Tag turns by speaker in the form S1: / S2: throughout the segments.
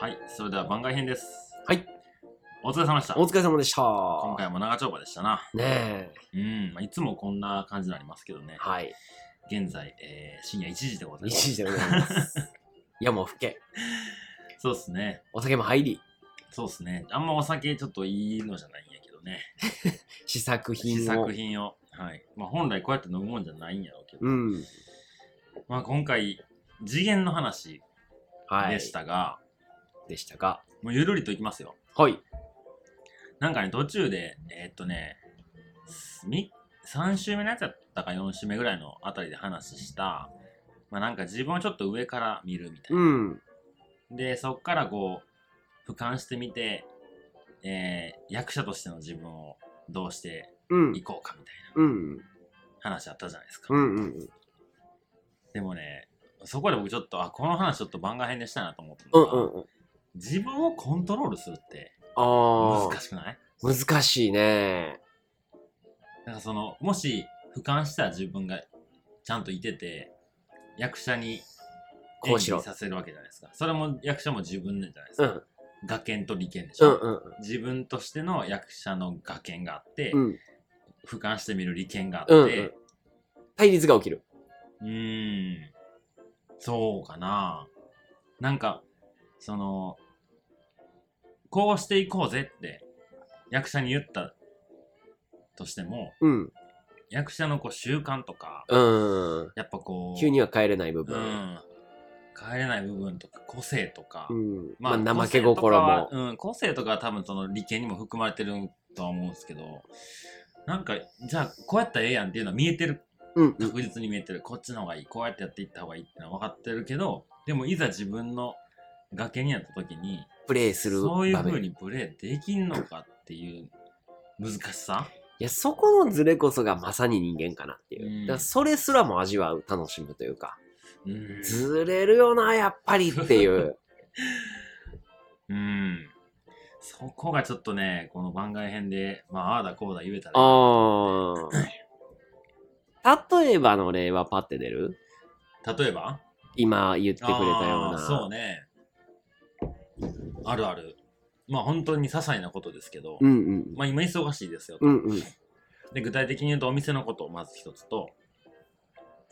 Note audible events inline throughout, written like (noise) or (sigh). S1: はい、それでは番外編です。
S2: はい。
S1: お疲れ様でした。
S2: お疲れ様でした。
S1: 今回も長丁場でしたな。
S2: ね
S1: う
S2: え。
S1: ん、まあ、いつもこんな感じになりますけどね。
S2: はい。
S1: 現在、えー深夜1時でござい
S2: 1
S1: ます。
S2: 時でござ
S1: (laughs)
S2: います。山を吹け。
S1: そうですね。
S2: お酒も入り。
S1: そうですね。あんまお酒ちょっといいのじゃないんやけどね。
S2: 試作品を。
S1: 試作品を。はい。まあ、本来こうやって飲むもんじゃないんやろうけど。
S2: うん。
S1: まあ、今回、次元の話
S2: はい。
S1: でし。たが、
S2: でしたか。
S1: もうゆるりといきますよ。
S2: はい。
S1: なんかね、途中で、えーっとね、み3週目のやつやったか4週目ぐらいのあたりで話した、まあなんか自分をちょっと上から見るみたいな。
S2: うん。
S1: で、そっからこう、俯瞰してみて、えー役者としての自分をどうして
S2: うん。
S1: いこうかみたい
S2: うん。
S1: な話あったじゃないですか。
S2: うん。うん。
S1: でもね、そこで僕ちょっと、あ、この話ちょっと番外編でしたいなと思った
S2: う
S1: の
S2: ん
S1: が、
S2: うんうん。
S1: 自分をコントロールするって
S2: あ
S1: 難しくない
S2: あ。難しいね。
S1: なんかそのもし俯瞰した自分がちゃんといてて役者に
S2: こ
S1: 演
S2: うし
S1: 技
S2: ろ。
S1: させるわけじゃないですかそれも役者も自分なんじゃないです
S2: う
S1: か、
S2: ん。
S1: 画研と理研でし
S2: う
S1: ょ、
S2: んうん
S1: 自分としての役者の画研があって、
S2: うん。
S1: 俯瞰してみる利権があって
S2: うんうん。対立が起きる。
S1: うーんそうかななんかそのこうしていこうぜって役者に言ったとしても
S2: うん。
S1: 役者のこう習慣とか
S2: うん。
S1: やっぱこう
S2: 急には帰れない部
S1: う
S2: 分。
S1: ん、帰れない部分とか個性とか、
S2: うん。まあ、怠け心
S1: 個性と
S2: も
S1: か。はうん、個性とかは多分その利権にも含まれてるとは思うんですけどなんかじゃあこうやったらええやんっていうのは見えてる
S2: うん。うん
S1: 確実に見えてるこっちの方がいいこうやってやっていった方がいいっていうのは分かってるけどでもいざ自分の崖になった時に
S2: プレイする
S1: そういう
S2: 場
S1: 風
S2: 面。い
S1: にプレイできんのかっていう難しさ
S2: や、そこのズレこそがまさに人間かなって
S1: う
S2: い
S1: ん
S2: う。だからそれすらも味わう、楽しむというか。
S1: うん
S2: ずれるよな、やっぱりって
S1: (laughs)
S2: いう。
S1: うんそこがちょっとねこの番外編でまあああだこうだ言えたらいいな
S2: あー。例えばの例はパッて出る
S1: 例えば
S2: 今言ってくれたよう
S1: あー
S2: な。
S1: そうねあるあるまあ本当に些細なことですけど、
S2: うんうん。
S1: まあ今忙しいですよと、
S2: うんうん。
S1: で具体的に言うとお店のことをまず一つと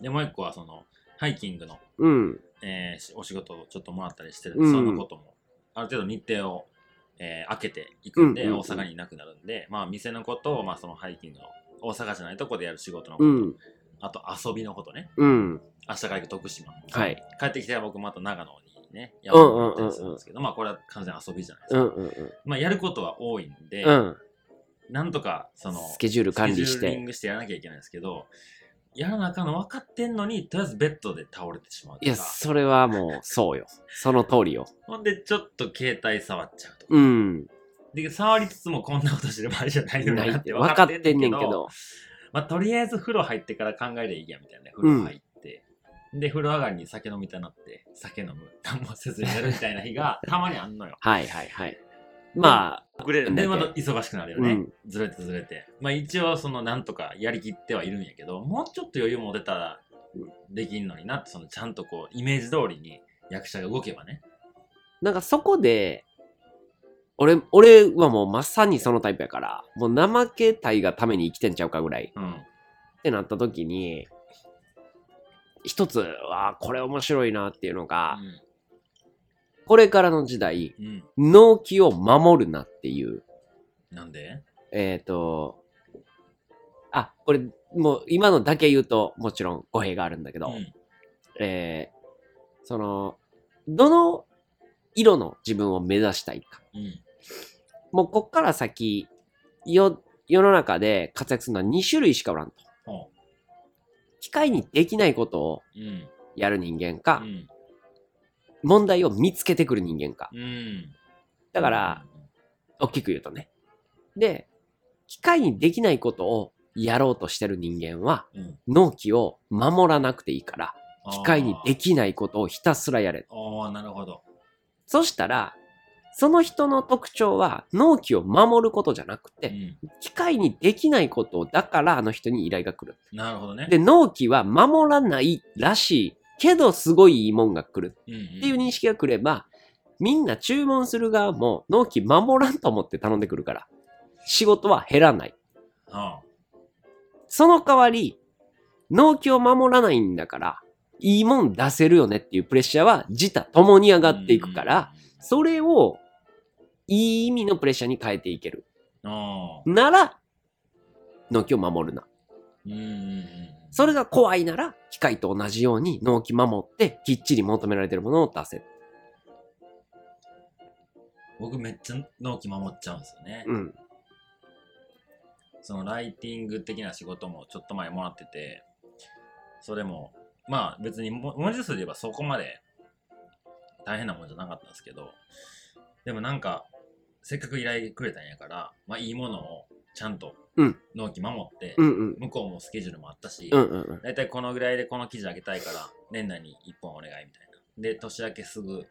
S1: でもう一個はそのハイキングの、
S2: うん。
S1: えーしお仕事をちょっともらったりしてるんで、
S2: うん
S1: そのこともある程度日程を、えー開けていくんで、
S2: うんうんうん
S1: 大阪にいなくなるんでまあ店のことを、まあ、そのハイキングの大阪じゃないとこでやる仕事のこ
S2: う
S1: と、
S2: ん。
S1: あと遊びのことね
S2: うん。
S1: 明日から行く徳島
S2: はい。
S1: 帰ってきたら僕また長野にね、や
S2: うんうんうんうん
S1: ったりするんですけど、まあこれは完全に遊びじゃないです
S2: う
S1: か。
S2: んうん
S1: まあやることは多いんで、
S2: うん。
S1: なんとかその
S2: スケジュール管理
S1: ス
S2: し
S1: ケジューリン
S2: て。
S1: グしてやらなきゃいけないんですけど、やらなあかんの分かってんのに、とりあえずベッドで倒れてしまう
S2: い
S1: と
S2: や、
S1: か、
S2: それはもう、そうよ。その通りよ。
S1: ほんでちょっと携帯触っちゃうとか、 (laughs)
S2: うん。
S1: で触りつつもこんなことしてる場合じゃないよ
S2: な
S1: ないっ
S2: ってて。
S1: 分
S2: 分
S1: か
S2: か
S1: っ
S2: って
S1: ん
S2: てん
S1: ね
S2: ね
S1: んけ
S2: んけ
S1: ど
S2: ど。、
S1: まあとりあえず風呂入ってから考えりゃいいやみたいな、風呂入って。で、風呂上がりに酒飲みたなって、酒飲む、何もせずに寝るみたいな日
S2: (laughs)
S1: がたまにあんのよ。
S2: はいはいはい。まあ、
S1: 遅れ
S2: るんだ
S1: で
S2: けど
S1: また忙しくなるよね、
S2: うん
S1: ずれてずれてまあ一応そのなんとかやりきってはいるんやけどもうちょっと余裕も出たらできんのになってそのちゃんとこうイメージ通りに役者が動けばね
S2: なんかそこで、俺、俺はもうまさにそのタイプやから、もう怠けたいがために生きてんちゃうかぐらい
S1: うん
S2: ってなった時に、一つ、わあ、これ面白いなっていうのが、これからの時代、
S1: うん、うん、
S2: 納期を守るなっていう、
S1: なんで
S2: えっ、と、あ、これ、もう今のだけ言うと、もちろん語弊があるんだけ
S1: う
S2: ど、
S1: ん
S2: えーその、どの色の自分を目指したいか。
S1: うん
S2: もうこっから先、よ、世の中で活躍するのは2種類しかおらんと。
S1: ほ
S2: 機械にできないことを
S1: ううん
S2: やる人間
S1: う
S2: か、
S1: ん
S2: 問題を見つけてくる人間か。
S1: うん
S2: だから、大きく言うとね。で、機械にできないことをやろうとしてる人間は、
S1: うん
S2: 納期を守らなくていいから、機械にできないことをひたすらやれ。
S1: あーあーなるほど
S2: そしたら、その人の特徴は納期を守ることじゃなく
S1: う
S2: て、
S1: ん、
S2: 機械にできないことだからあの人に依頼が来る。
S1: なるほどね
S2: で、納期は守らないらしいけどすごいいいもんが来る
S1: うんうん、
S2: っていう認識が来れば、みんな注文する側も納期守らんと思って頼んでくるから、仕事は減らない。
S1: あ
S2: その代わり、納期を守らないんだから、いいもん出せるよねっていうプレッシャーは自他共に上がっていくから、、それをいい意味のプレッシャーに変えていける。
S1: うんああ、
S2: なら、納期を守るな。
S1: うんうんうん。
S2: それが怖いなら、機械と同じように納期守って、きっちり求められてるものを出せる。
S1: 僕めっちゃ納期守っちゃうんですよね。
S2: うん。
S1: そのライティング的な仕事もちょっと前もらってて、それも、まあ別にも文字数で言えばそこまで大変なもんじゃなかったんですけど、でもなんか、せっかく依頼くれたんやから、まあいいものをちゃんと
S2: うん
S1: 納期守って、
S2: うんうん。
S1: 向こうもスケジュールもあったし、
S2: うんうんうん。
S1: 大体このぐらいでこの記事あげたいから、年内に1本お願いみたいな。で、年明けすぐ、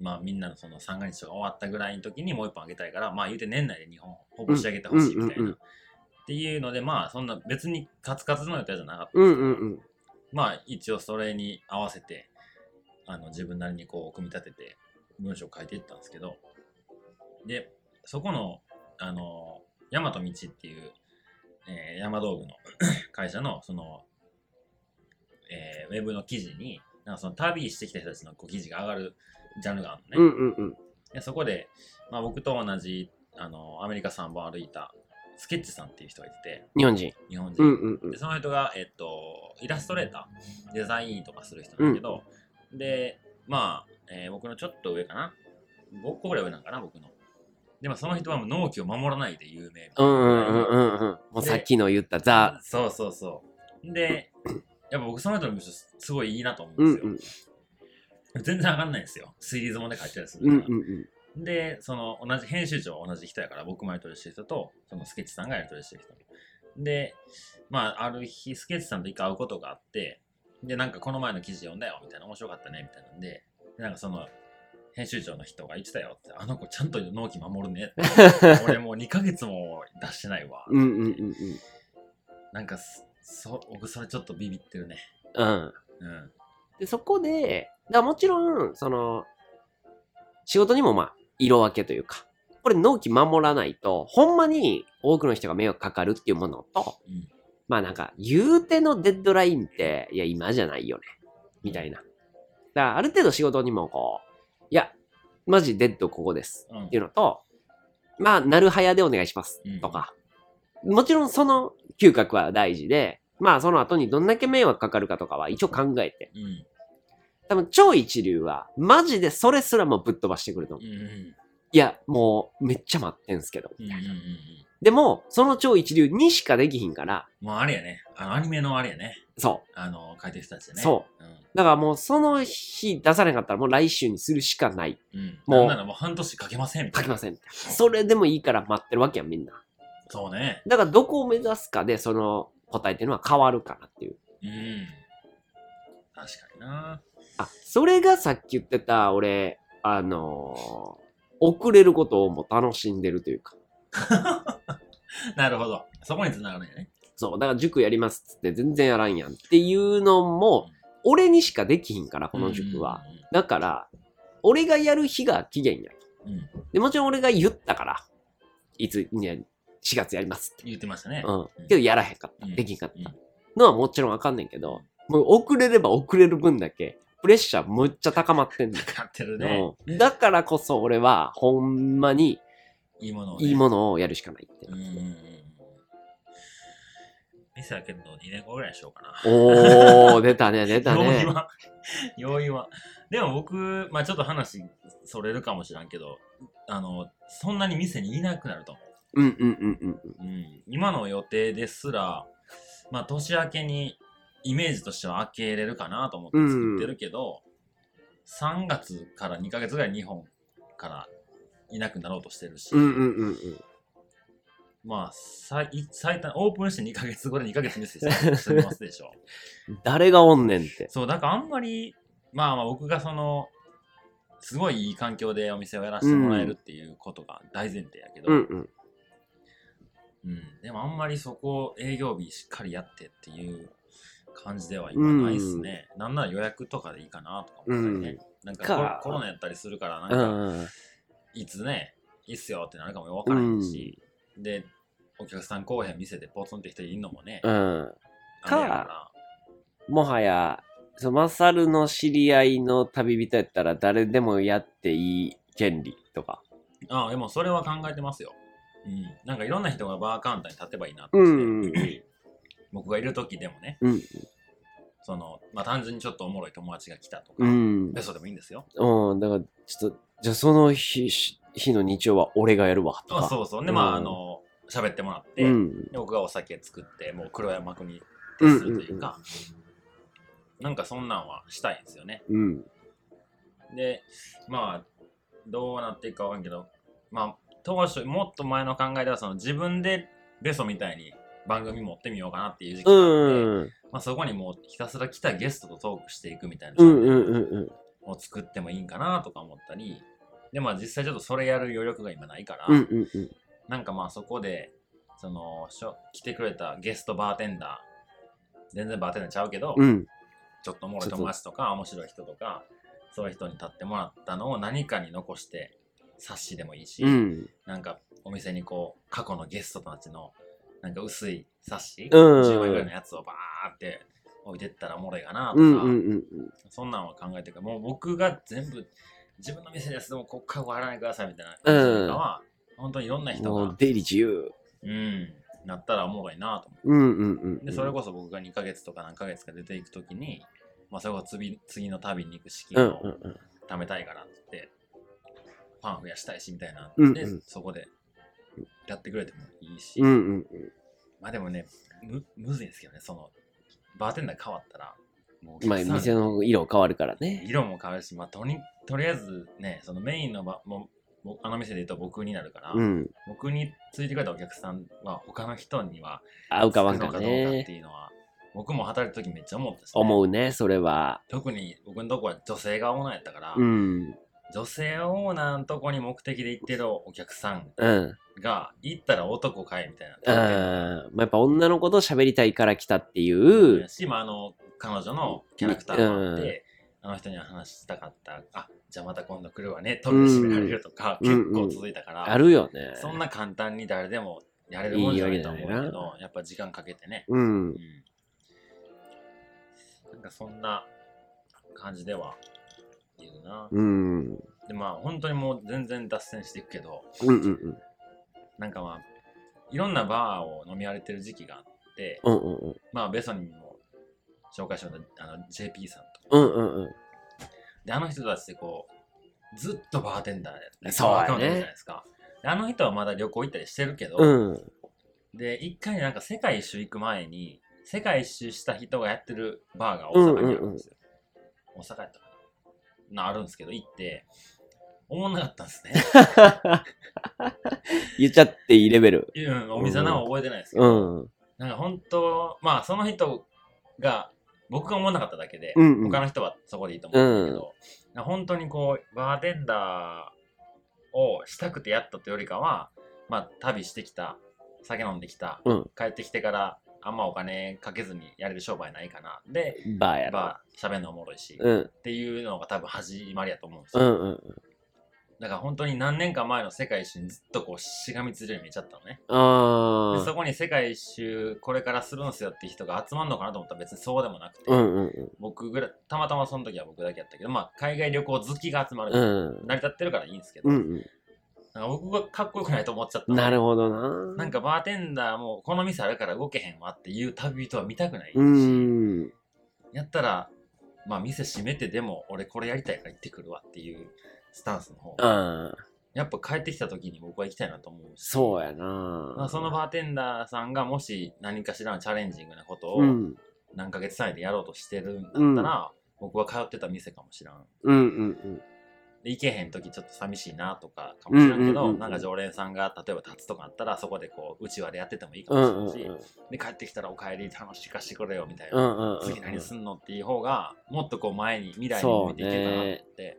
S1: まあみんなのその三が日とか終わったぐらいの時にもう1本あげたいから、まあ言うて年内で2本ほぼ仕上げてほしいみたい
S2: うんうん
S1: な。
S2: うんうん
S1: っていうので、まあそんな別にカツカツの予定じゃなかったん
S2: う
S1: で
S2: ん
S1: すけど、
S2: うんうん。
S1: まあ一応それに合わせて、あの自分なりにこう組み立てて文章を書いていったんですけど、で、そこの、あの、大和道っていう、えー、山道具の (clears throat) 会社の、その、えーウェブの記事に、なんかその旅してきた人たちのこう記事が上がるジャンルがあるのね。
S2: うんうんうん。
S1: でそこで、まあ、僕と同じあのアメリカ3本歩いたスケッチさんっていう人がいて
S2: 日本人。
S1: て日本人、
S2: うんうんうん
S1: で。その人が、えっと、イラストレーターデザインとかする人なんだけど、でまあ、えー僕のちょっと上かな5個ぐらい上なんかな僕のでもその人はもう納期を守らないで有名
S2: うんうんうんうんうん。もうさっきの言ったザ。
S1: そうそうそうでやっぱ僕その人の文章すすごいいいなと思う
S2: うんん
S1: です
S2: う
S1: よ、
S2: ん。
S1: 全然上がんないんですよシリーズもね書いてたりする
S2: う
S1: か
S2: ん
S1: ら、
S2: うんうん。
S1: で、その同じ編集長は同じ人やから、僕もやり取りしてる人と、そのスケッチさんがやり取りしてる人。で、まあ、ある日、スケッチさんと一回会うことがあって、で、なんかこの前の記事読んだよ、みたいな、面白かったね、みたいなんで、でなんかその、編集長の人が言ってたよって、あの子ちゃんと納期守るねって、俺もう2ヶ月も出してないわ。
S2: うんうんうんうん。
S1: なんかそ、そ僕それちょっとビビってるね。
S2: うん。
S1: うん。
S2: で、そこで、だからもちろん、その、仕事にもまあ、色分けというか、これ納期守らないと、ほんまに多くの人が迷惑かかるっていうものと、
S1: うん
S2: まあなんか、言うてのデッドラインって、いや、今じゃないよね。みたいな。だから、ある程度仕事にもこう、いや、マジデッドここです。
S1: うん
S2: っていうのと、まあ、なるはやでお願いします
S1: うん。
S2: とか、もちろんその嗅覚は大事で、まあその後にどんだけ迷惑かかるかとかは一応考えて、
S1: うん。
S2: 多分超一流は、マジでそれすらもぶっ飛ばしてくると思
S1: う
S2: う。
S1: ん。うん。
S2: いや、もうめっちゃ待ってんすけど。
S1: うん。うん。うん。
S2: でも、その超一流にしかできひんから、
S1: もうあれやね。あの、アニメのあれやね。
S2: そ
S1: あの、書いてる人たちね。。
S2: そう
S1: うん。
S2: う。だからもうその日出さなかったらもう来週にするしかない。
S1: うん、
S2: も
S1: も
S2: う
S1: う。なんならもう半年かけませんみた
S2: 書
S1: い
S2: き
S1: な。
S2: ません。それでもいいから待ってるわけやん、みんな。
S1: そうね。
S2: だからどこを目指すかで、その答えっていうのは変わるかなっていう。
S1: うん。確かにな。
S2: あ、それがさっき言ってた、俺、あのー遅れることをもう楽しんでるというか。
S1: なるほど。そこに繋がるんやね。
S2: そう、だから塾やりますっつって全然やらんやんっていうのも、俺にしかできひんから、この塾は。だから、俺がやる日が期限や。
S1: うん。うん。うん
S2: で、もちろん俺が言ったから、いつ、ね、4月やりますって。
S1: 言ってましたね。
S2: うん。けどやらへんかった。
S1: うん
S2: できんかっ
S1: うん
S2: た。のはもちろんわかんねんけど、もう遅れれば遅れる分だけ、プレッシャーむっちゃ高まってんの。
S1: かかってる (laughs) ね。
S2: うんだからこそ俺は、ほんまに
S1: いいものを、ね。
S2: いいものをやるしかないって
S1: うん。うんうんうん。店開けるの2年後ぐらいにしようかな。
S2: おー、出たね、出
S1: (laughs)
S2: た
S1: 用意
S2: ね。
S1: は、用意は。でも僕、まあちょっと話それるかもしらんけど、あの、そんなに店にいなくなると思う。
S2: うんうんうんうんうん。
S1: うん、今の予定ですら、まあ、年明けにイメージとしては開けれるかなと思って作ってるけど、3月から2ヶ月ぐらい日本からいなくなろうとしてるし、
S2: うんうんうんうん。
S1: まあ最最短オープンして2ヶ月後で2ヶ月ミスしてますでし
S2: (laughs)
S1: ょ
S2: 誰がおんねんって。
S1: そうだからあんまりまあまあ僕がそのすごいいい環境でお店をやらせてもらえるっていうことが大前提やけど、
S2: うんうん。
S1: うん、でもあんまりそこを営業日しっかりやってっていう感じでは今ないですね。なんなら予約とかでいいかなとか思ったりね。なんかコロ
S2: か
S1: コロナやったりするから、なん
S2: う
S1: か、
S2: ん。
S1: いつね、いいっすよってなるかもわからへんし、で、お客さん来おへん店でポツンって人いんのもね、
S2: うん。
S1: あれやから
S2: もはや、そのマサルの知り合いの旅人やったら誰でもやっていい権利とか。
S1: ああ、でもそれは考えてますよ。うん。なんかいろんな人がバーカウンターに立てばいいなって、
S2: うん。
S1: 僕がいる時でもね、
S2: うん
S1: その、まあ単純にちょっとおもろい友達が来たとか、
S2: うん。
S1: でそれでもいいんですよ。
S2: うん。だから、ちょっと、じゃあその日、し日の日曜は俺がやるわと
S1: あ
S2: か。
S1: そうそう。で、ま
S2: うん
S1: あ、あの、喋ってもらって、
S2: うん。
S1: で僕がお酒作って、もう黒山君に徹するというか、なんかそんなんはしたいんですよね。
S2: うん。
S1: で、まあ、どうなっていくかわかんないけど、まあ、当初、もっと前の考えでは、その自分でベソみたいに番組持ってみようかなっていう時期
S2: う
S1: があって、
S2: ん。
S1: まあ、そこにもうひたすら来たゲストとトークしていくみたいな
S2: うんうんうん
S1: を作ってもいいんかなとか思ったり、で、まあ実際ちょっとそれやる余力が今ないから、
S2: うん。うんうんうん。
S1: なんかまあそこで、その、しょ来てくれたゲストバーテンダー、全然バーテンダーちゃうけど、
S2: うん。
S1: ちょっとおもろい友達とか面白い人とか、そういう人に立ってもらったのを何かに残して、冊子でもいいし、
S2: うん。
S1: なんかお店にこう、過去のゲストたちの、なんか薄い冊子、
S2: うん
S1: 10枚ぐらいのやつをバーって置いてったらおもろいかなとか、
S2: うんうんうん
S1: そんなんは考えてるから、もう僕が全部自分の店です、でもこっから笑わないでくださいみたいな感じよりかは、本当にいろんな
S2: うん。
S1: 人
S2: も
S1: が
S2: う、出入り自由。
S1: うん、なったらおもろいなと思
S2: うんうんうん
S1: う。
S2: う
S1: で、
S2: ん。
S1: それこそ僕が2ヶ月とか何ヶ月か出ていくときに、まあ、それこそ次次の旅に行く資金を
S2: うんうんうん。
S1: 貯めたいからって言って、ファン増やしたいしみたいな
S2: うん
S1: で、
S2: うん
S1: そこでやってくれてもいいし、
S2: うんうん
S1: まあでもねむ、むずいんですけどね、その、バーテンダー変わったら、も
S2: うん。まあ、
S1: お客さん
S2: 店の色変わるからね。
S1: 色も変わるし、まあ、とにとりあえずねそのメインのばもうもうあの店で言うと僕になるから、
S2: うん。
S1: 僕についてくれたお客さんは他の人には
S2: 合うか合わ
S1: つ
S2: ん
S1: くの
S2: か
S1: かどうかって
S2: ね。
S1: いうのは僕も働く時めっちゃ思ったし、
S2: 思うね、それは。
S1: 特に僕のとこは女性がオーナーやったから、
S2: うん。
S1: 女性オーナーのとこに目的で行ってるお客さん
S2: うん。
S1: が行ったら男かいみたいな
S2: うん。まあ、やっぱ女の子と喋りたいから来たっていう。
S1: し、まあ、あの彼女のキャラクターもあって、あの人には話したかったあじゃあまた今度来るわね飛び締められるとか、
S2: うん
S1: 結構続いたから、
S2: あるよね。
S1: そんな簡単に誰でもやれるもんじゃないと思うけど
S2: いいわけない
S1: やっぱ時間かけてね、
S2: う。
S1: うんん、なんかそんな感じではいるな、
S2: うん。うん
S1: でまあ本当にもう全然脱線していくけど
S2: うんうん。
S1: なんかまあいろんなバーを飲み荒れてる時期があって、
S2: うんうんうん。
S1: まあベソにも紹介しようとあの JP さんとか
S2: うんうん
S1: であの人たちってこうずっとバーテンダーで
S2: そうやね
S1: じゃないですかであの人はまだ旅行行ったりしてるけど、
S2: うん。うん。
S1: で一回なんか世界一周行く前に世界一周した人がやってるバーが大
S2: うんうんう
S1: 阪にあるん
S2: ん
S1: ですよ、大阪やったかななあるんですけど行って思わなかったんですね
S2: (laughs) 言っちゃっていいレベル。
S1: うんお店の名は覚えてないですけ
S2: う
S1: ど、
S2: ん。うん
S1: なんか本当まあその人が僕が思わなかっただけで、
S2: うんうん
S1: 他の人はそこでいいと思うんだけど、なんか本当にこうバーテンダーをしたくてやったというよりかはまあ旅してきた酒飲んできた、
S2: うん
S1: 帰ってきてからあんまお金かけずにやれる商売ないかなで
S2: バーやろ。
S1: まあ喋るのおもろいし、っ
S2: うん。
S1: ていうのが多分始まりやと思うんです
S2: う
S1: よ、
S2: んうん。
S1: だから本当に何年か前の世界一周にずっとこうしがみついてるように見えちゃったのね
S2: あ
S1: で
S2: あ
S1: そ。こに世界一周これからするんすよって人が集まるのかなと思ったら別にそうでもなくて、
S2: うんうんうん。
S1: 僕ぐらいたまたまその時は僕だけやったけど、まあ、海外旅行好きが集まる、
S2: うん。
S1: 成り立ってるからいいんですけど、
S2: うん
S1: なんか僕がかっこよくないと思っちゃった
S2: うん。
S1: の
S2: なるほどな。
S1: なんかバーテンダーもこの店あるから動けへんわっていう旅人は見たくないし、
S2: うん。
S1: やったら、まあ、店閉めてでも俺これやりたいから行ってくるわっていうスタンスの方が
S2: うん。
S1: やっぱ帰ってきた時に僕は行きたいなと思うし
S2: そうや
S1: まあ、
S2: な。
S1: そのバーテンダーさんがもし何かしらのチャレンジングなことを、
S2: うん。
S1: 何ヶ月単位でやろうとしてるんだったら、僕は通ってた店かもしらん。
S2: うんうん
S1: で行けへん時ちょっと寂しいなとかかもしらんけど、
S2: うんうんうんうん
S1: なんか常連さんが例えば立つとかあったらそこでこううちわでやっててもいいか
S2: うん。うん
S1: も
S2: うん
S1: しれないし、で帰ってきたら「お帰り楽しかしてくれよ」みたいな、
S2: うんうん。
S1: 次何すんのっていう方がもっとこう前に未来に向いていけるかなと思って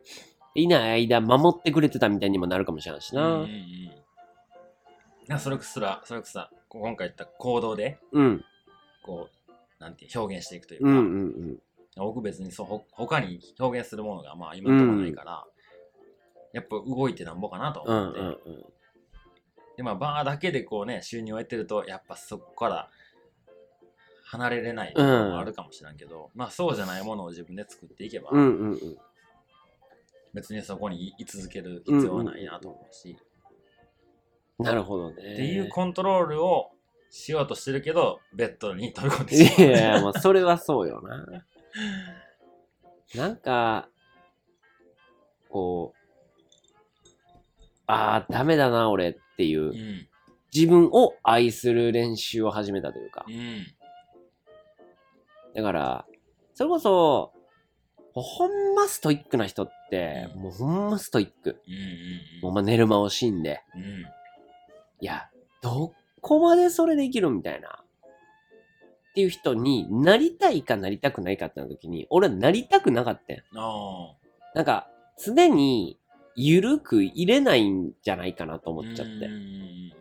S2: いない間守ってくれてたみたいにもなるかもしれないし
S1: うんうんう
S2: な。
S1: んなんかそれくすらそれくさ今回言った行動で
S2: うん。
S1: こうなんていう表現していくというか、
S2: うんうんうん。
S1: 僕別にそうほ他に表現するものがまあ今のところないから、やっぱ動いてなんぼかなと
S2: うん
S1: 思っ
S2: う
S1: て、
S2: んうん。
S1: でまあバーだけでこうね収入を得てるとやっぱそこから離れれないところもあるかもしれんけど、まあそうじゃないものを自分で作っていけば、
S2: うんうんうん。
S1: 別にそこに居続ける必要はないなと思うし、
S2: なるほどね。
S1: っていうコントロールをしようとしてるけどベッドに飛び込んでし
S2: い
S1: まう
S2: やいや、まあ、それはそうよな。なんか、こう、ああ、ダメだな、俺っていうう、
S1: ん
S2: 自分を愛する練習を始めたというか
S1: う。ん
S2: だから、それこそ、ほんまストイックな人って、
S1: うん
S2: もうほんまストイック。
S1: うん
S2: もうまあ寝る間惜しんで、
S1: うんうん
S2: いや、どこまでそれできるみたいな。っていう人になりたいかなりたくないかってなった時に、俺はなりたくなかったよ。
S1: あ
S2: なんか、常に、ゆるく入れないんじゃないかなと
S1: あ
S2: 思っちゃって
S1: うん。うん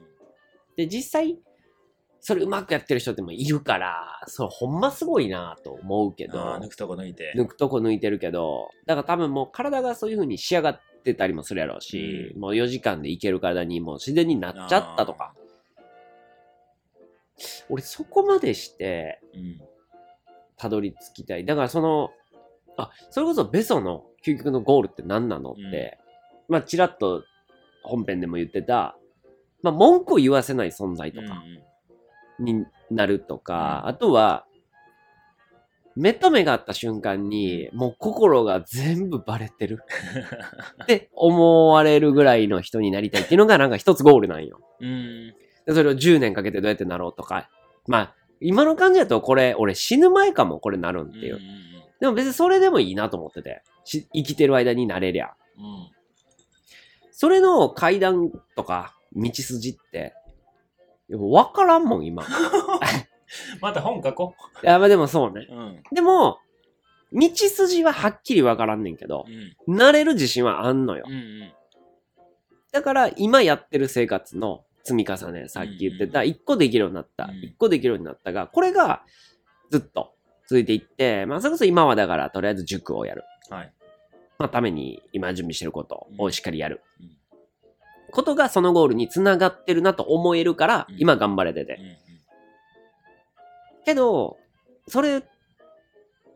S2: で、実際、それうまくやってる人ってもいるから、そう、ほんますごいなと思うけ
S1: うんあ
S2: ど
S1: ー、抜くとこ抜いて
S2: 抜くとこ抜いてるけど、だから多分もう体がそういう風に仕上がってたりもするやろうし、
S1: う
S2: もう4時間でいける体にもう自然になっちゃったとか。俺そこまでして、
S1: うん
S2: たどり着きたい。だからその、あ、それこそベソの究極のゴールって何なのって、まあ、ちらっと本編でも言ってた、まあ、文句を言わせない存在と
S1: うん
S2: か
S1: うん
S2: になるとか、
S1: うん
S2: あとは、目と目があった瞬間に、もう心が全部バレてるって思われるぐらいの人になりたいっていうのがなんか一つゴールなんよ。
S1: うん
S2: でそれを10年かけてどうやってなろうとか、まあ、今の感じだとこれ、俺死ぬ前かもこれなるんっていう。でも別にそれでもいいなと思ってて。し生きてる間になれりゃ。
S1: うん
S2: それの階段とか、道筋って、やっぱ分からんもん、今。 (laughs) い
S1: また本書こ
S2: や、まあでもそうね。
S1: う。うん。
S2: でも、道筋ははっきり分からんねんけど
S1: う、ん。
S2: なれる自信はあんのよ
S1: う。ん。
S2: だから、今やってる生活の積み重ね、さっき言ってた、
S1: う
S2: 一個できるようになった
S1: う、ん
S2: 一個できるようになったが、これが、ずっと続いていって、まあ、それこそ今はだから、とりあえず塾をやる。
S1: はい。
S2: まあ、ために今準備してることをしっかりやる。
S1: うんうん
S2: ことがそのゴールにつながってるなと思えるから、
S1: うん
S2: 今頑張れてて。けど、それ、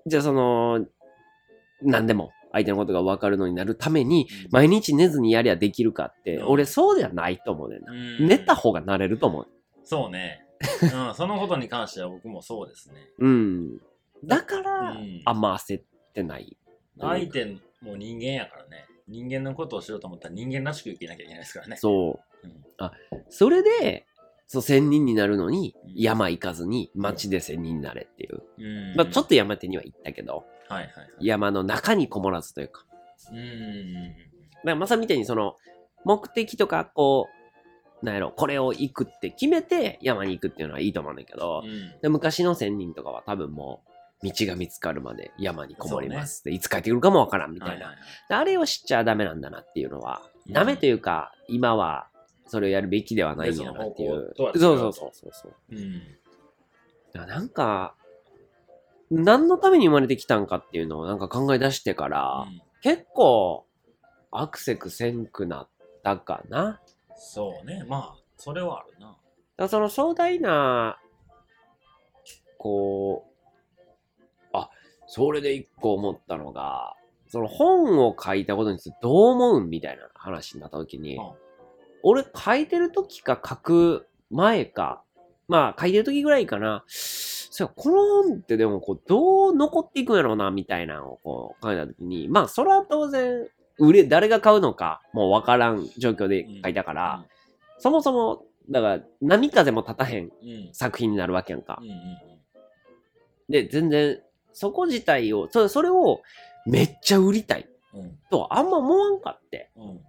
S2: じゃあその、何でも相手のことが分かるのになるために、毎日寝ずにやりゃできるかって、
S1: うん
S2: 俺そうではないと思うねんな。
S1: うん
S2: 寝た方がなれると思う。
S1: そうね。うん。そのことに関しては僕もそうです
S2: (laughs)
S1: ね。
S2: うん。だから、
S1: うん
S2: あんま焦ってない。
S1: 相手も人間やからね。人間のことをしようと思ったら人間らしく生きなきゃいけないですからね。
S2: そ
S1: う
S2: う
S1: ん。
S2: あ、それで、そう、仙人になるのに
S1: うん、
S2: 山行かずに、街で仙人になれっていう。
S1: うん。
S2: まあ、ちょっと山手には行ったけど、
S1: と。はいはいはい。
S2: 山の中にこもらずというか。
S1: うん
S2: だからまさみたいにその、目的とか、こう、なんやろ、これを行くって決めて山に行くっていうのはいいと思うんだけど
S1: うん。う、ん。
S2: で昔の仙人とかは多分もう、道が見つかるまで山にこもりますって、いつ帰ってくるかもわからんみたいな、
S1: はいはいはい
S2: であれを知っちゃダメなんだなっていうのは、
S1: うん
S2: ダメというか、今はそれをやるべきではないんやなってい
S1: 別の
S2: う。
S1: 方向とは違う
S2: そうそうそうそうそう。
S1: うん。
S2: だからなんか、何のために生まれてきたんかっていうのをなんか考え出してから、
S1: うん
S2: 結構アクセクせんくなったかな。だか
S1: そうね。まあ、それはあるな。
S2: らその壮大な、こう、あ、それで一個思ったのが、その本を書いたことについてどう思うんみたいな話になった時に、
S1: うん
S2: 俺書いてる時か書く前か、まあ書いてる時ぐらいかな、そうやこの本ってでもこうどう残っていくんやろうなみたいなのをこう考えた時に、まあそれは当然、売れ、誰が買うのかもうわからん状況で書いたから、そもそも、だから波風も立たへん
S1: うん。うん。
S2: 作品になるわけやんか
S1: うん。。うん。
S2: で、全然そこ自体を、そそれをめっちゃ売りたい
S1: うん。
S2: とはあんま思わんかって。
S1: うん。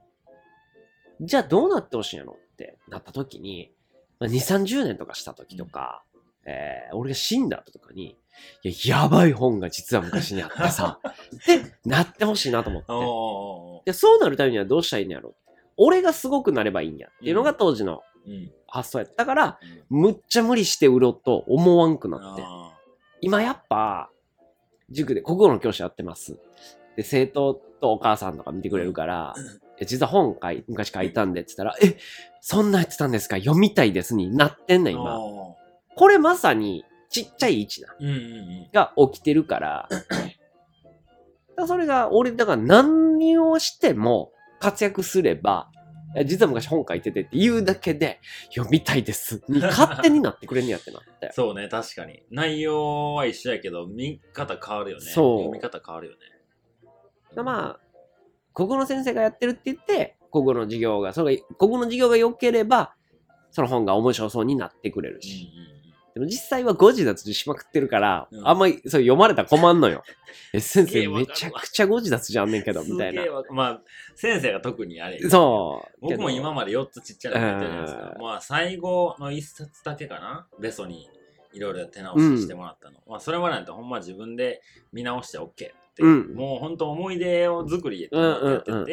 S2: じゃあどうなってほしいんやろってなった時に、まあ、2、30年とかした時とか、えー俺が死んだ後とかに、いや、やばい本が実は昔にあってさ、ってなってほしいなと思
S1: おーおー
S2: っ
S1: お
S2: て。で、そうなるためにはどうしたらいいんやろ俺がすごくなればいいんやっていうのが当時の
S1: ーうん。
S2: 発想やったから、
S1: うん
S2: むっちゃ無理して売ろうと思わんくなって。
S1: あ
S2: 今やっぱ、塾で国語の教師やってます。で、生徒とお母さんとか見てくれるから、いや実は本書い昔書いたんでって言ったら、え、そんなやってたんですか読みたいですになってんねん、今。
S1: お
S2: これまさにちっちゃい位置な、
S1: ーうんうん
S2: が起きてるから、だからそれが、俺、だから何をしても活躍すれば、いや実は昔本書いててって言うだけで、読みたいですに勝手になってくれんねやってなったよ
S1: うん。そうね、確かに。内容は一緒やけど、見方変わるよね。
S2: そう
S1: 読み方変わるよね。
S2: まあ、国語の先生がやってるって言って、国語の授業が、それが、国語の授業が良ければ、その本が面白そうになってくれる
S1: うん
S2: し。
S1: うんうん
S2: でも実際は誤字脱字しまくってるから、
S1: うん
S2: あんまりそれ読まれたら困ん
S1: (laughs)
S2: のよ。え、先
S1: すげ
S2: 生
S1: えわか
S2: め
S1: るわ
S2: ちゃくちゃ誤字脱字あんねんけど、みたいな
S1: すげえ。わまあ、先生が特にあれ。
S2: そう。
S1: 僕も今
S2: も。
S1: まで4つちっちゃいの書いてるじゃないですか。まあ、最後の1冊だけかな。ベソにいろいろ手直ししてもらったの。まあ、それまでなんてほんま自分で見直して OK って。
S2: うん
S1: もう本当思い出を作りでやってて、
S2: うんうんうん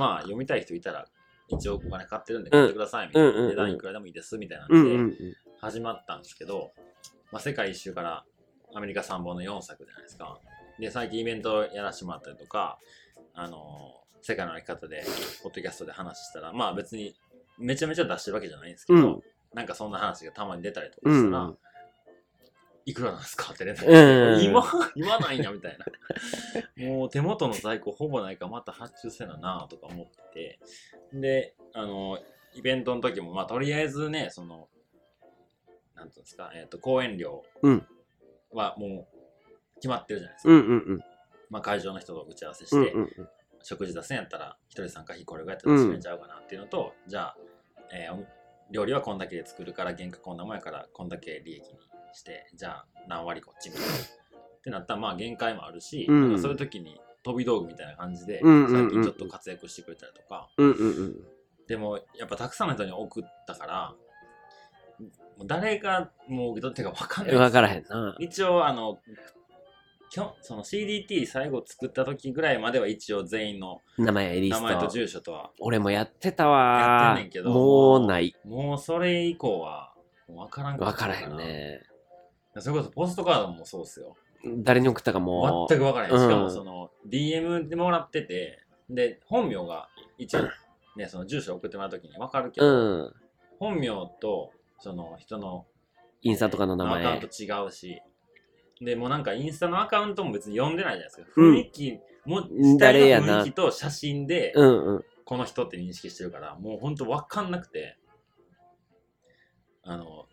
S1: まあ、読みたい人いたら、一応お金買ってるんで買ってくださいみたいな。
S2: うんうんうん
S1: 値段いくらでもいいですみたいなんで、
S2: うんうん
S1: 始まったんですけど、まあ、世界一周からアメリカ3本の4作じゃないですか。で、最近イベントやらしてもらったりとか、あのー世界の歩き方で、ポッドキャストで話したら、まあ別にめちゃめちゃ出してるわけじゃないんですけど、
S2: うん。うん。
S1: なんかそんな話がたまに出たりとかしたら、
S2: うん
S1: いくらなんですかって連絡、
S2: うん
S1: 今今ないなみたいな。 (laughs) もう手元の在庫ほぼないからまた発注せななとか思ってて。で、あの、イベントの時も、まあとりあえずね、その、なんていうんですか、えっ、と、講演料
S2: うん
S1: はもう決まってるじゃないですか。
S2: うんうん
S1: まあ会場の人と打ち合わせして、
S2: うんうん
S1: 食事出せんやったら一人参加費これぐらいやったら閉めちゃうかなっていうのと、じゃあ、えーお料理はこんだけで作るから原価こんなもんやからこんだけ利益にしてじゃあ何割こっちみたいなってなったらまあ限界もあるし、
S2: うん
S1: なんかそういう時に飛び道具みたいな感じで
S2: うんうんう
S1: 最
S2: ん
S1: 近ちょっと活躍してくれたりとか、
S2: うんうんうん
S1: でもやっぱたくさんの人に送ったからもう誰がもう受け取ってるか分かんな
S2: う
S1: いで
S2: ん。
S1: す
S2: わからへんな。
S1: 一応あのきょその CDT 最後作った時ぐらいまでは一応全員の
S2: 名前エリ
S1: 名前と
S2: スト。
S1: 住所とは
S2: 俺もやってた
S1: やっ
S2: わ
S1: てんねんけ。ど
S2: もうない。
S1: もうそれ以降はもう分からん
S2: わ
S1: った
S2: からへんね。
S1: それこそポストカードもそうっすよ
S2: 誰に送ったかもう。
S1: 全く分からへん、
S2: うん
S1: しかもその DM でもらっててで本名が一
S2: (laughs)
S1: 応ねその住所送ってもらう時に分かるけど、
S2: うん。
S1: 本名とその人の
S2: インスタとかの名
S1: アカウン
S2: 前。
S1: ト違うしでもうなんかインスタのアカウントも別に読んでないじゃないですか、
S2: うん
S1: 雰囲気も
S2: 誰や
S1: 体
S2: な
S1: の雰囲気と写真で
S2: うんうん。
S1: この人って認識してるからもうほんと分かんなくてあの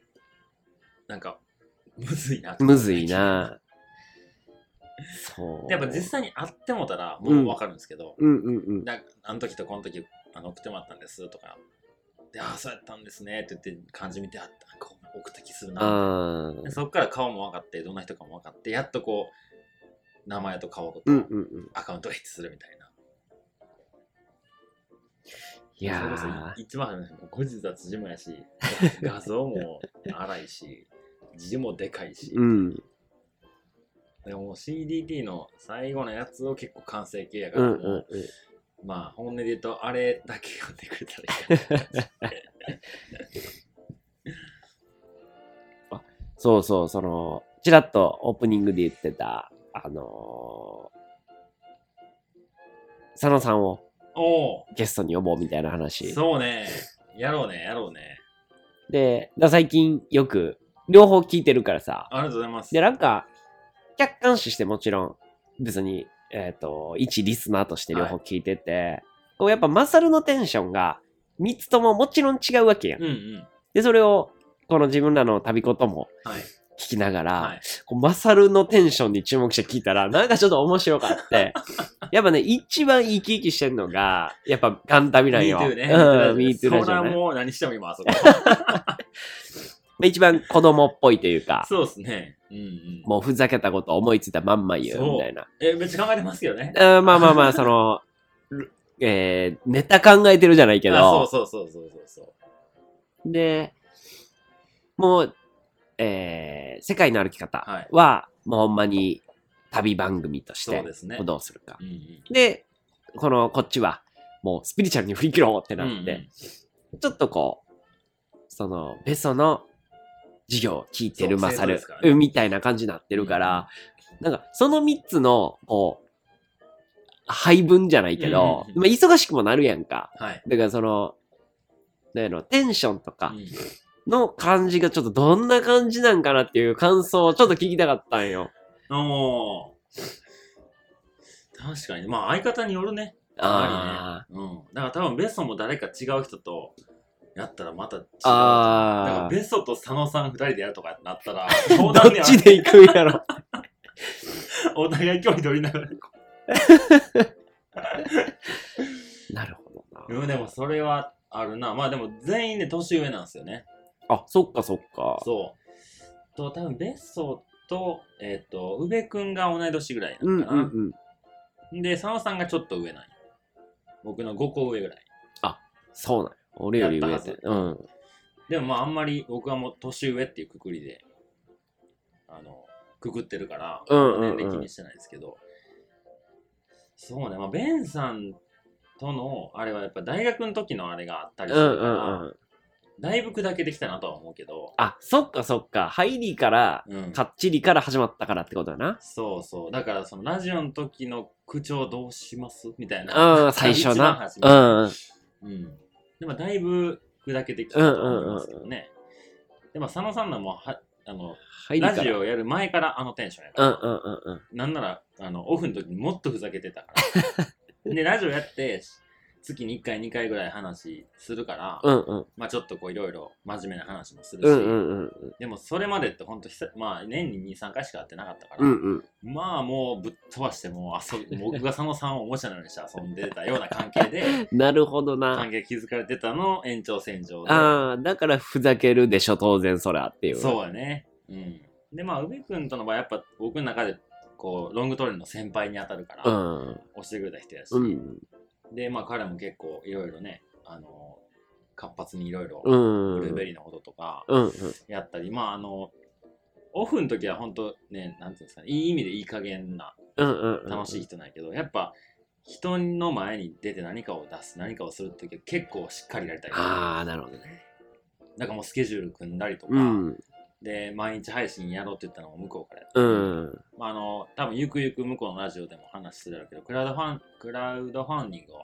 S1: なんかむずいなって
S2: むずいな。そう。
S1: やっぱ実際に会ってもたらもう分かるんですけど、
S2: うんうんうん。
S1: だあの時とこの時あの送ってもらったんですとかでああそうやったんですねって言って漢字見てあったこう送った気するな
S2: あ
S1: で
S2: ー
S1: そっから顔も分かってどんな人かも分かってやっとこう名前と顔と
S2: うんうんうん。
S1: アカウントが一致するみたいな、
S2: いや
S1: それこ
S2: ー
S1: そ一番初めに誤字脱字もやし画像も荒い
S2: (laughs)
S1: し字もでかいし、
S2: うん。
S1: でももう CDT の最後のやつを結構完成形やか
S2: う
S1: ら、
S2: んうんうん。
S1: まあ本音で言うとあれだけ読んでくれたらいいかな
S2: そうそう、その、ちらっとオープニングで言ってた、あのー佐野さんを (laughs)
S1: おお
S2: ゲストに呼ぼうみたいな話。
S1: そうねやろうねやろうね
S2: で、だ最近よく、両方聞いてるからさ。
S1: ありがとうございます
S2: で、なんか、客観視してもちろん、別に、えっ、と、一リスナーとして両方聞いてて、こうやっぱマサルのテンションが、三つとももちろん違うわけやん。
S1: うんうん
S2: で、それを、この自分らの旅ことも
S1: はい
S2: 聞きながら、
S1: はい
S2: こうマサルのテンションに注目して聞いたら、なんかちょっと面白か
S1: (laughs)
S2: って。やっぱね、一番生き生きしてんのが、やっぱガンタミなんよ。
S1: Me too ね
S2: うん、ミ
S1: Me
S2: ート
S1: too
S2: ゥー
S1: ラジオそ
S2: ラジオ
S1: れは
S2: ね。
S1: もう何しても今あそ
S2: (laughs)
S1: こ
S2: 一番子供っぽいというか、
S1: そうですねうんうん
S2: もうふざけたこと思いついたまんま言うみたいな。
S1: えめっちゃ考えてますよね
S2: うんまあまあまあ、その、 (laughs) ルえーネタ考えてるじゃ (laughs) ないけ
S1: あそ
S2: ど
S1: う、そうそうそうそうそう
S2: で、もう、えー世界の歩き方
S1: はい
S2: は、もうほんまに旅番組とし
S1: そう
S2: て
S1: で、すね
S2: どうするか。
S1: うんうん
S2: で、この、こっちは、もうスピリチュアルに振り切ろうってな
S1: う
S2: っ
S1: んうん
S2: て、ちょっとこう、その、ベソの授業聞いて
S1: そう
S2: るマサ
S1: 生徒で
S2: ル
S1: すからね
S2: みたいな感じになってるから、なんかその3つの、こう、配分じゃないけど、
S1: うんうん
S2: まあ忙しくもなるやんか。
S1: はい。
S2: だからその、なんやろ、テンションとか
S1: うん
S2: の感じがちょっとどんな感じなんかなっていう感想をちょっと聞きたかったんよ。
S1: おー確かに。まあ、相方によるね。
S2: あ
S1: あまりね。うん。だから多分、ベストも誰か違う人とやったらまた違う。
S2: あ。あ
S1: だ
S2: あ。
S1: から、ベストと佐野さん2人でやるとかなった
S2: (laughs)
S1: ら、
S2: ど
S1: 相
S2: っ
S1: 談には
S2: ちで行くんやろ。
S1: (laughs) お互い距離取りながら。
S2: なるほど
S1: うん、でも、それはあるな。まあ、でも、全員で年上なんですよね。
S2: な。あ、そっかそっか。
S1: そう。と、多分、ベッソと、えっ、と、宇部くんが同い年ぐらいな
S2: う
S1: の
S2: んうん
S1: かな。
S2: うん。
S1: で、佐野さんがちょっと上なんよ僕の5個上ぐらい。
S2: そうなんよ俺より上
S1: や
S2: や
S1: ったはず
S2: うん。
S1: でもまあ、あんまり僕はもう年上っていうくくりで、あの、くくってるから、
S2: うんうんう
S1: 年
S2: ん
S1: 齢気にしてないですけど、そうね、まあ、ベンさんとの、あれはやっぱ大学の時のあれがあったり
S2: う
S1: す
S2: ん
S1: る
S2: う
S1: から、
S2: んうん。
S1: だいぶ砕けてきたなとは思うけど、
S2: あ、そっかそっか。入りから、
S1: うん
S2: かっちりから始まったからってことだな。
S1: そうそう。だから、そのラジオの時の口調どうしますみたいな。
S2: うん、最初
S1: (laughs) 一番
S2: な。
S1: 初
S2: う
S1: め
S2: んうん。
S1: うん。でも、だいぶ砕けてきたと思いますけどね。でも、佐野さんのもは、あの、
S2: 入り
S1: ラ
S2: か
S1: ジ
S2: ら。
S1: オやる前からあのテンションやか
S2: う
S1: ら。
S2: んうんうんうん。
S1: なんなら、あの、オフの時にもっとふざけてた
S2: (laughs)
S1: から。で、ラジオやって、月に1回、2回ぐらい話するから、
S2: うんうん
S1: まあちょっとこういろいろ真面目な話もするし、
S2: うんうんうん
S1: でもそれまでってほんと久、まあ年に2、3回しか会ってなかったから、
S2: うんうん
S1: まあもうぶっ飛ばしてもう遊び僕が佐野さんをおもちゃのようにして遊んでたような関
S2: (laughs)
S1: 係で
S2: なるほどな
S1: 関係築かれてたの延長線上で
S2: ああだからふざけるでしょ当然そらっていう
S1: そうやねうんでまあ宇部君との場合やっぱ僕の中でこうロングトレーンの先輩に当たるから、
S2: うん
S1: 教えてくれた人やし、
S2: うん
S1: でまあ彼も結構いろいろねあの活発にいろいろ
S2: う
S1: ブ
S2: ん
S1: ルーベリーのこととか
S2: うんうん
S1: やったり、まああのオフの時は本当ねなんていうんですかねいい意味でいい加減な
S2: うんうんうん
S1: 楽しい人なんやけど、やっぱ人の前に出て何かを出す何かをするって結構しっかりやりたい
S2: ああなるほどね
S1: なんかもうスケジュール組んだりとか、
S2: うん
S1: で毎日配信やろうって言ったのも向こうからやって
S2: うん
S1: まあ、あの多分ゆくゆく向こうのラジオでも話してるだろうけどクラウドファンクラウドファンディングを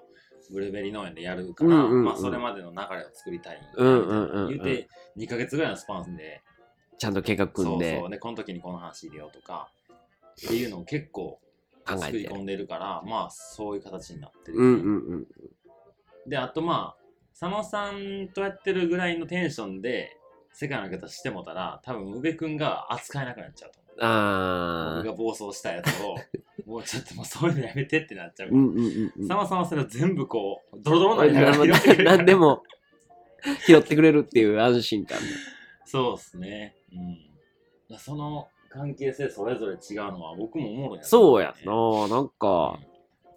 S1: ブルーベリー農園でやるから、
S2: うんうんうん
S1: まあ、それまでの流れを作りたい
S2: うんうんうんうん
S1: 言うて2ヶ月ぐらいのスパンで
S2: ちゃんと計画組ん
S1: そう
S2: で
S1: そうでこの時にこの話入れようとかっていうのを結構
S2: 考え
S1: 作り
S2: て
S1: 込んでるからまあそういう形になってる、
S2: うんうんうん
S1: であとまあ佐野さんとやってるぐらいのテンションで世界の方してもたら多分宇部君が扱えなくなっちゃうと思う
S2: あ
S1: 僕
S2: あ
S1: が暴走したやつ
S2: (laughs)
S1: をもうちょっともうそういうのやめてってなっちゃう、
S2: うんうんうんうん
S1: 佐野さんはそれを全部こうドロドロなりながら拾っ
S2: (laughs)
S1: てくれるから
S2: 何でも拾ってくれるっていう安心感
S1: そうですねうんその関係性それぞれ違うのは僕もおもろいなと
S2: そ
S1: 思
S2: う
S1: ね
S2: やななんか
S1: うん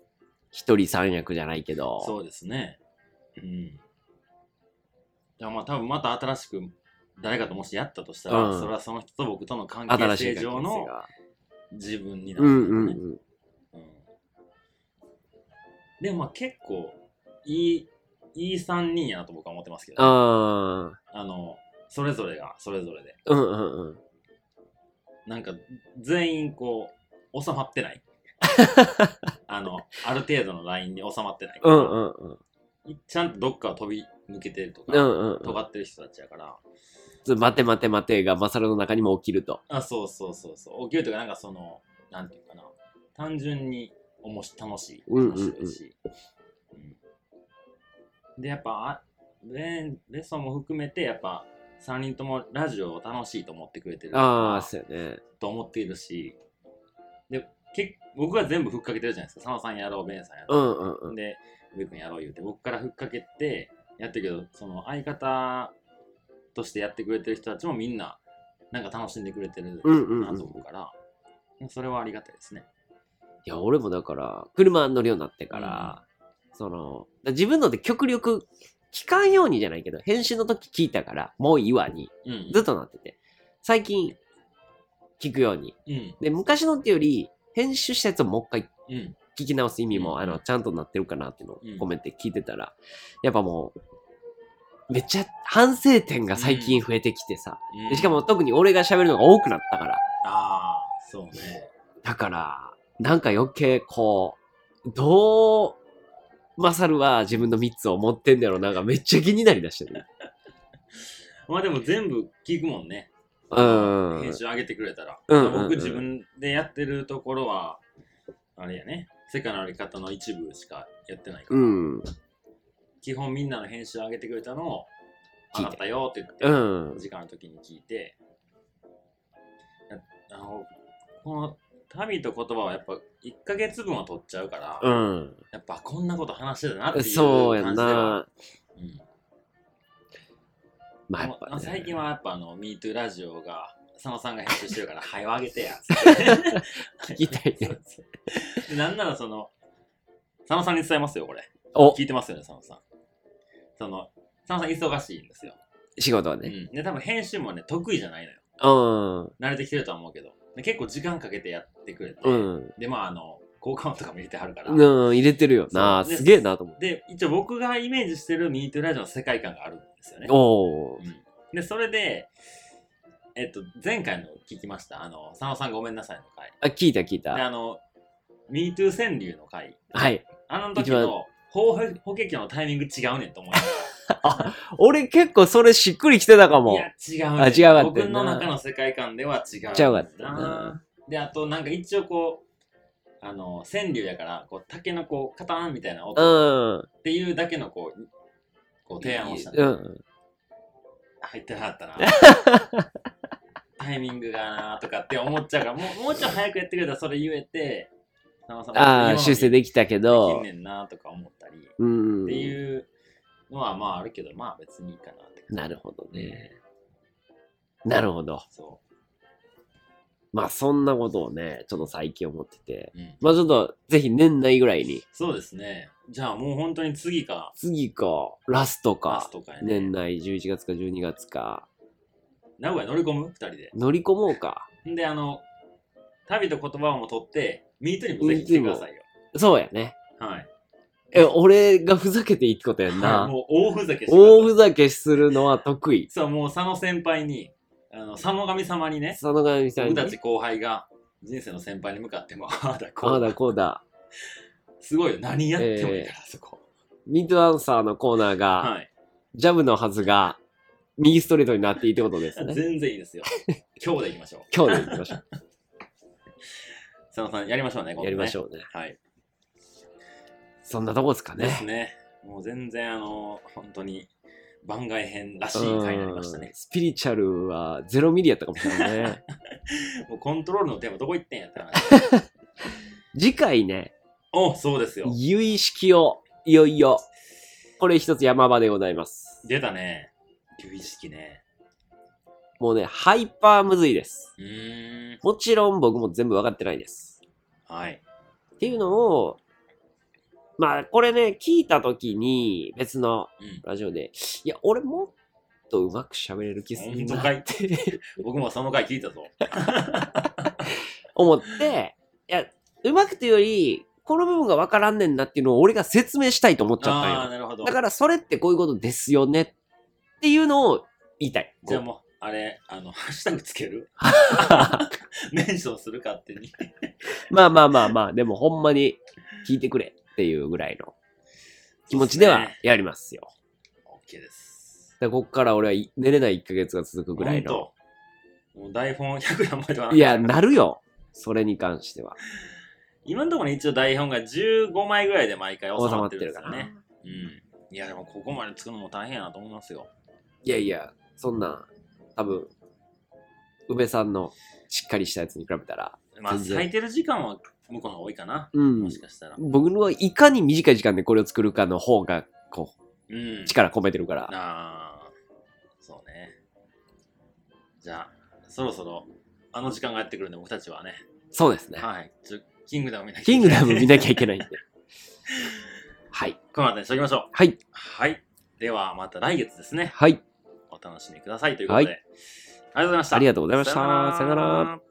S2: 一人三役じゃないけど
S1: そうですねうんでもまあ多分また新しく誰かともしやったとしたら、
S2: うん
S1: それはその人と僕との関係
S2: 新し
S1: 性
S2: い
S1: 上
S2: 関係性
S1: の
S2: が
S1: 自分にな
S2: う
S1: る
S2: ん
S1: んだ
S2: う
S1: よ
S2: ん
S1: ね
S2: うん
S1: うんでもまあ結構いいいい3人やなと僕は思ってますけど、
S2: ああ
S1: あのそれぞれがそれぞれで
S2: うんうんうん
S1: なんか全員こう収まって
S2: (laughs)
S1: ないあのある程度のラインに収まってない、
S2: うんうんうん
S1: ちゃんとどっかを飛び抜けてるとか、
S2: うんうんうん
S1: 尖ってる人たちやから
S2: ちょ待て待て待てがマサルの中にも起きると
S1: あそうそうそうそう起きるというかなんかそのなんていうかな単純におもし楽しい
S2: うんうん
S1: 面
S2: うん
S1: 白いし、うんでやっぱあレンレソンも含めてやっぱ3人ともラジオを楽しいと思ってくれてる
S2: ああそうやね
S1: と思っているしでけ僕が全部ふっかけてるじゃないですか佐野さんやろうベンさんや
S2: う
S1: ろ
S2: んうん
S1: う、
S2: うん
S1: で上君やろう言うて僕からふっかけてやってるけどその相方としてやってくれてる人たちもみんななんか楽しんでくれてる
S2: うんうんう
S1: なんと思うから、それはありがたいですね。
S2: いや俺もだから車乗るようになってから、その自分ので極力聞かんようにじゃないけど編集の時聞いたからもういいわに
S1: うん
S2: ずっとなってて最近聞くように
S1: うん。
S2: で昔のってより編集したやつをもう一回
S1: うん。
S2: 聞き直す意味も、
S1: うん
S2: あのちゃんとなってるかなっていうのを
S1: うん
S2: コメントで聞いてたら、やっぱもうめっちゃ反省点が最近増えてきてさ。
S1: うん
S2: でしかも特に俺が喋るのが多くなったから。
S1: ああそうね
S2: だから、なんか余計こう、どう、マサルは自分の3つを持ってんだろうなんかめっちゃ気になりだしてる。
S1: まあでも全部聞くもんね
S2: うん。
S1: 編集上げてくれたら、
S2: うんうんうん
S1: 僕自分でやってるところはあれやね世界のあり方の一部しかやってないから、
S2: うん。
S1: 基本みんなの編集上げてくれたのを
S2: 聞
S1: 上
S2: いて
S1: がったよって言って、
S2: うん。
S1: 時間の時に聞いてやあのこの「民」と言葉はやっぱ1ヶ月分は取っちゃうから、
S2: うん。
S1: やっぱこんなこと話してたなっていう感じで
S2: そうやん
S1: は、
S2: な。
S1: うん
S2: まあやっぱ、
S1: もう
S2: ね、
S1: 最近はやっぱあの「MeToo ラジオ」が佐野さんが編集してる
S2: (laughs)
S1: から「はよあげてや」
S2: 聞きたいね
S1: そうそう (laughs) でなんならその佐野さんに伝えますよこれ
S2: お、
S1: 聞いてますよね佐野さんその佐野さん忙しいんですよ、
S2: 仕事は
S1: う
S2: ね。
S1: ん、で多分編集もね得意じゃないのよ
S2: うん。
S1: 慣れてきてるとは思うけどで結構時間かけてやってくれて、
S2: うん。
S1: でまああの効果音とかも入れてはるから、
S2: うん、入れてるよな。
S1: そうです
S2: げえなと思って。
S1: で一応僕がイメージしてる「MeToo ラジオ」の世界観があるんですよね
S2: おー。
S1: でそれでえっと前回の聞きましたあの佐野さんごめんなさいの回
S2: あ、聞いた聞い
S1: で
S2: た。
S1: あの MeToo 川柳の回
S2: はい。
S1: あの時
S2: 一番
S1: の法法華経のタイミング違うねんと思いまし
S2: あ、俺結構それしっくりきてたか
S1: たい
S2: も。
S1: や違う
S2: あ違うわってんな
S1: 僕の中の世界観では違う
S2: ちゃうかったな。
S1: であとなんか一応こうあの川柳やからこう竹のこうカタンみたいな
S2: う
S1: 音っ
S2: ん。
S1: ていうだけのこうこう提案をしたの
S2: うん。
S1: 入ってなかったな
S2: (laughs)
S1: タイミングがなとかって思っちゃうからもうもうちょい早くやってくれたらそれ言えてさんまさん
S2: ああ、修正
S1: き
S2: できたけど
S1: きん。ねんなとか思ったりっ
S2: うん
S1: て。いうのはまああるけどまあ別にいいかなって感
S2: なるほど
S1: じ
S2: ね。なるほど。
S1: そ
S2: まあそんなことをね、ちょっと最近思ってて。
S1: う、うん
S2: まあちょっと、ぜひ年内ぐらいに。
S1: そうですねじゃあもう本当に次か
S2: 次か、ラスト
S1: ラ
S2: か
S1: ス。とかやね
S2: 年内11月か12月か。
S1: 名古屋乗り込む2人で
S2: 乗り込もうか。
S1: んであの旅と言葉をも取ってミートにもぜひ来てくださいよ
S2: そうやね。
S1: はい
S2: え、俺がふざけていいってことやんな。
S1: もう大ふざけしてください
S2: 大ふざけするのは
S1: (laughs)
S2: 得意。
S1: そう、もう佐野先輩に、あの佐野神様にね、
S2: 佐野神さん
S1: 僕
S2: に。
S1: たち後輩が人生の先輩に向かっても、 (laughs) ああだこ
S2: ああ
S1: うだ、
S2: だこうだ。
S1: すごいよ、何やってもいいから、そこ。
S2: ミッドアンサーのコーナーが、
S1: はい、
S2: ジャブのはずが、右ストレートになっていいってことです
S1: (laughs)
S2: ね。
S1: 全然いい
S2: (laughs)
S1: ですよ。今日でいきましょう。
S2: 今日でいきましょう。
S1: 佐野さん、やりましょうね、今度ね
S2: やりましょうね。
S1: はい。
S2: そんなとこですか
S1: です
S2: ね。
S1: ね。もう全然、あの、本当に番外編 (laughs) らしい
S2: うん
S1: 回になりましたね。
S2: スピリチュアルはゼロミリやったかもしれないね。
S1: もうコントロールのテーマどこ行ってんやったら。
S2: 次回ね、
S1: (laughs) おそうですよ。
S2: 有意識を、いよいよ、これ一つ山場でございます。
S1: 出たね。有意識ね。
S2: もうね、ハイパーむずいです。
S1: うーん。
S2: もちろん僕も全部わかってないです。
S1: はい。
S2: っていうのを、まあ、これね、聞いたときに、別の
S1: うん。
S2: ラジオで、いや、俺もっとうまく喋れる気する
S1: 本当
S2: な
S1: かい
S2: って
S1: 僕もその回聞いたぞ。
S2: (laughs) 思って、いや、うまくというより、この部分がわからんねんなっていうのを俺が説明したいと思っちゃった
S1: ああー、
S2: んよ。
S1: なるほど。
S2: だからそれってこういうことですよねっていうのを言いたい。
S1: じゃあもう、あれ、あの、ハッシュタグつけ
S2: (laughs)
S1: る (laughs) メンションする勝手に。
S2: まあまあまあまあ、でもほんまに聞いてくれっていうぐらいの気持ちではやりますよ。
S1: オッケーです。
S2: でこっから俺はい寝れない1ヶ月が続くぐらいの。
S1: ほんと。もう台本100何枚 (laughs) とか
S2: いや、なるよ。それに関しては。
S1: (laughs) 今のところね一応台本が15枚ぐらいで毎回収
S2: 収ま
S1: まっ
S2: ってて
S1: るんで
S2: る
S1: すよ
S2: から
S1: ね
S2: ね。。
S1: うん。いや、でもここまでつくのも大変やなと思いますよ。
S2: いやいや、そんなん、多分、宇部さんのしっかりしたやつに比べたら、
S1: まあ、
S2: 全然
S1: 咲いてる時間は向こうの方が多いかな。
S2: うん
S1: もし、かしたら。
S2: 僕のはいかに短い時間でこれを作るかの方が、こ
S1: うん
S2: う、。力込めてるから、
S1: ああ、そうね。じゃあ、そろそろ、あの時間がやってくるんで、僕たちはね、
S2: そうですね。
S1: はい。ちょキングダム見なきゃいけ
S2: キン
S1: ない
S2: グダム見なきゃいけないん
S1: (laughs)
S2: で。はい。
S1: この辺りにしておきましょう。
S2: はい。
S1: はい。では、また来月ですね。
S2: はい。
S1: お楽しみくださいということで。あり
S2: は
S1: がとうございました。
S2: ありがとうございましたさよなら。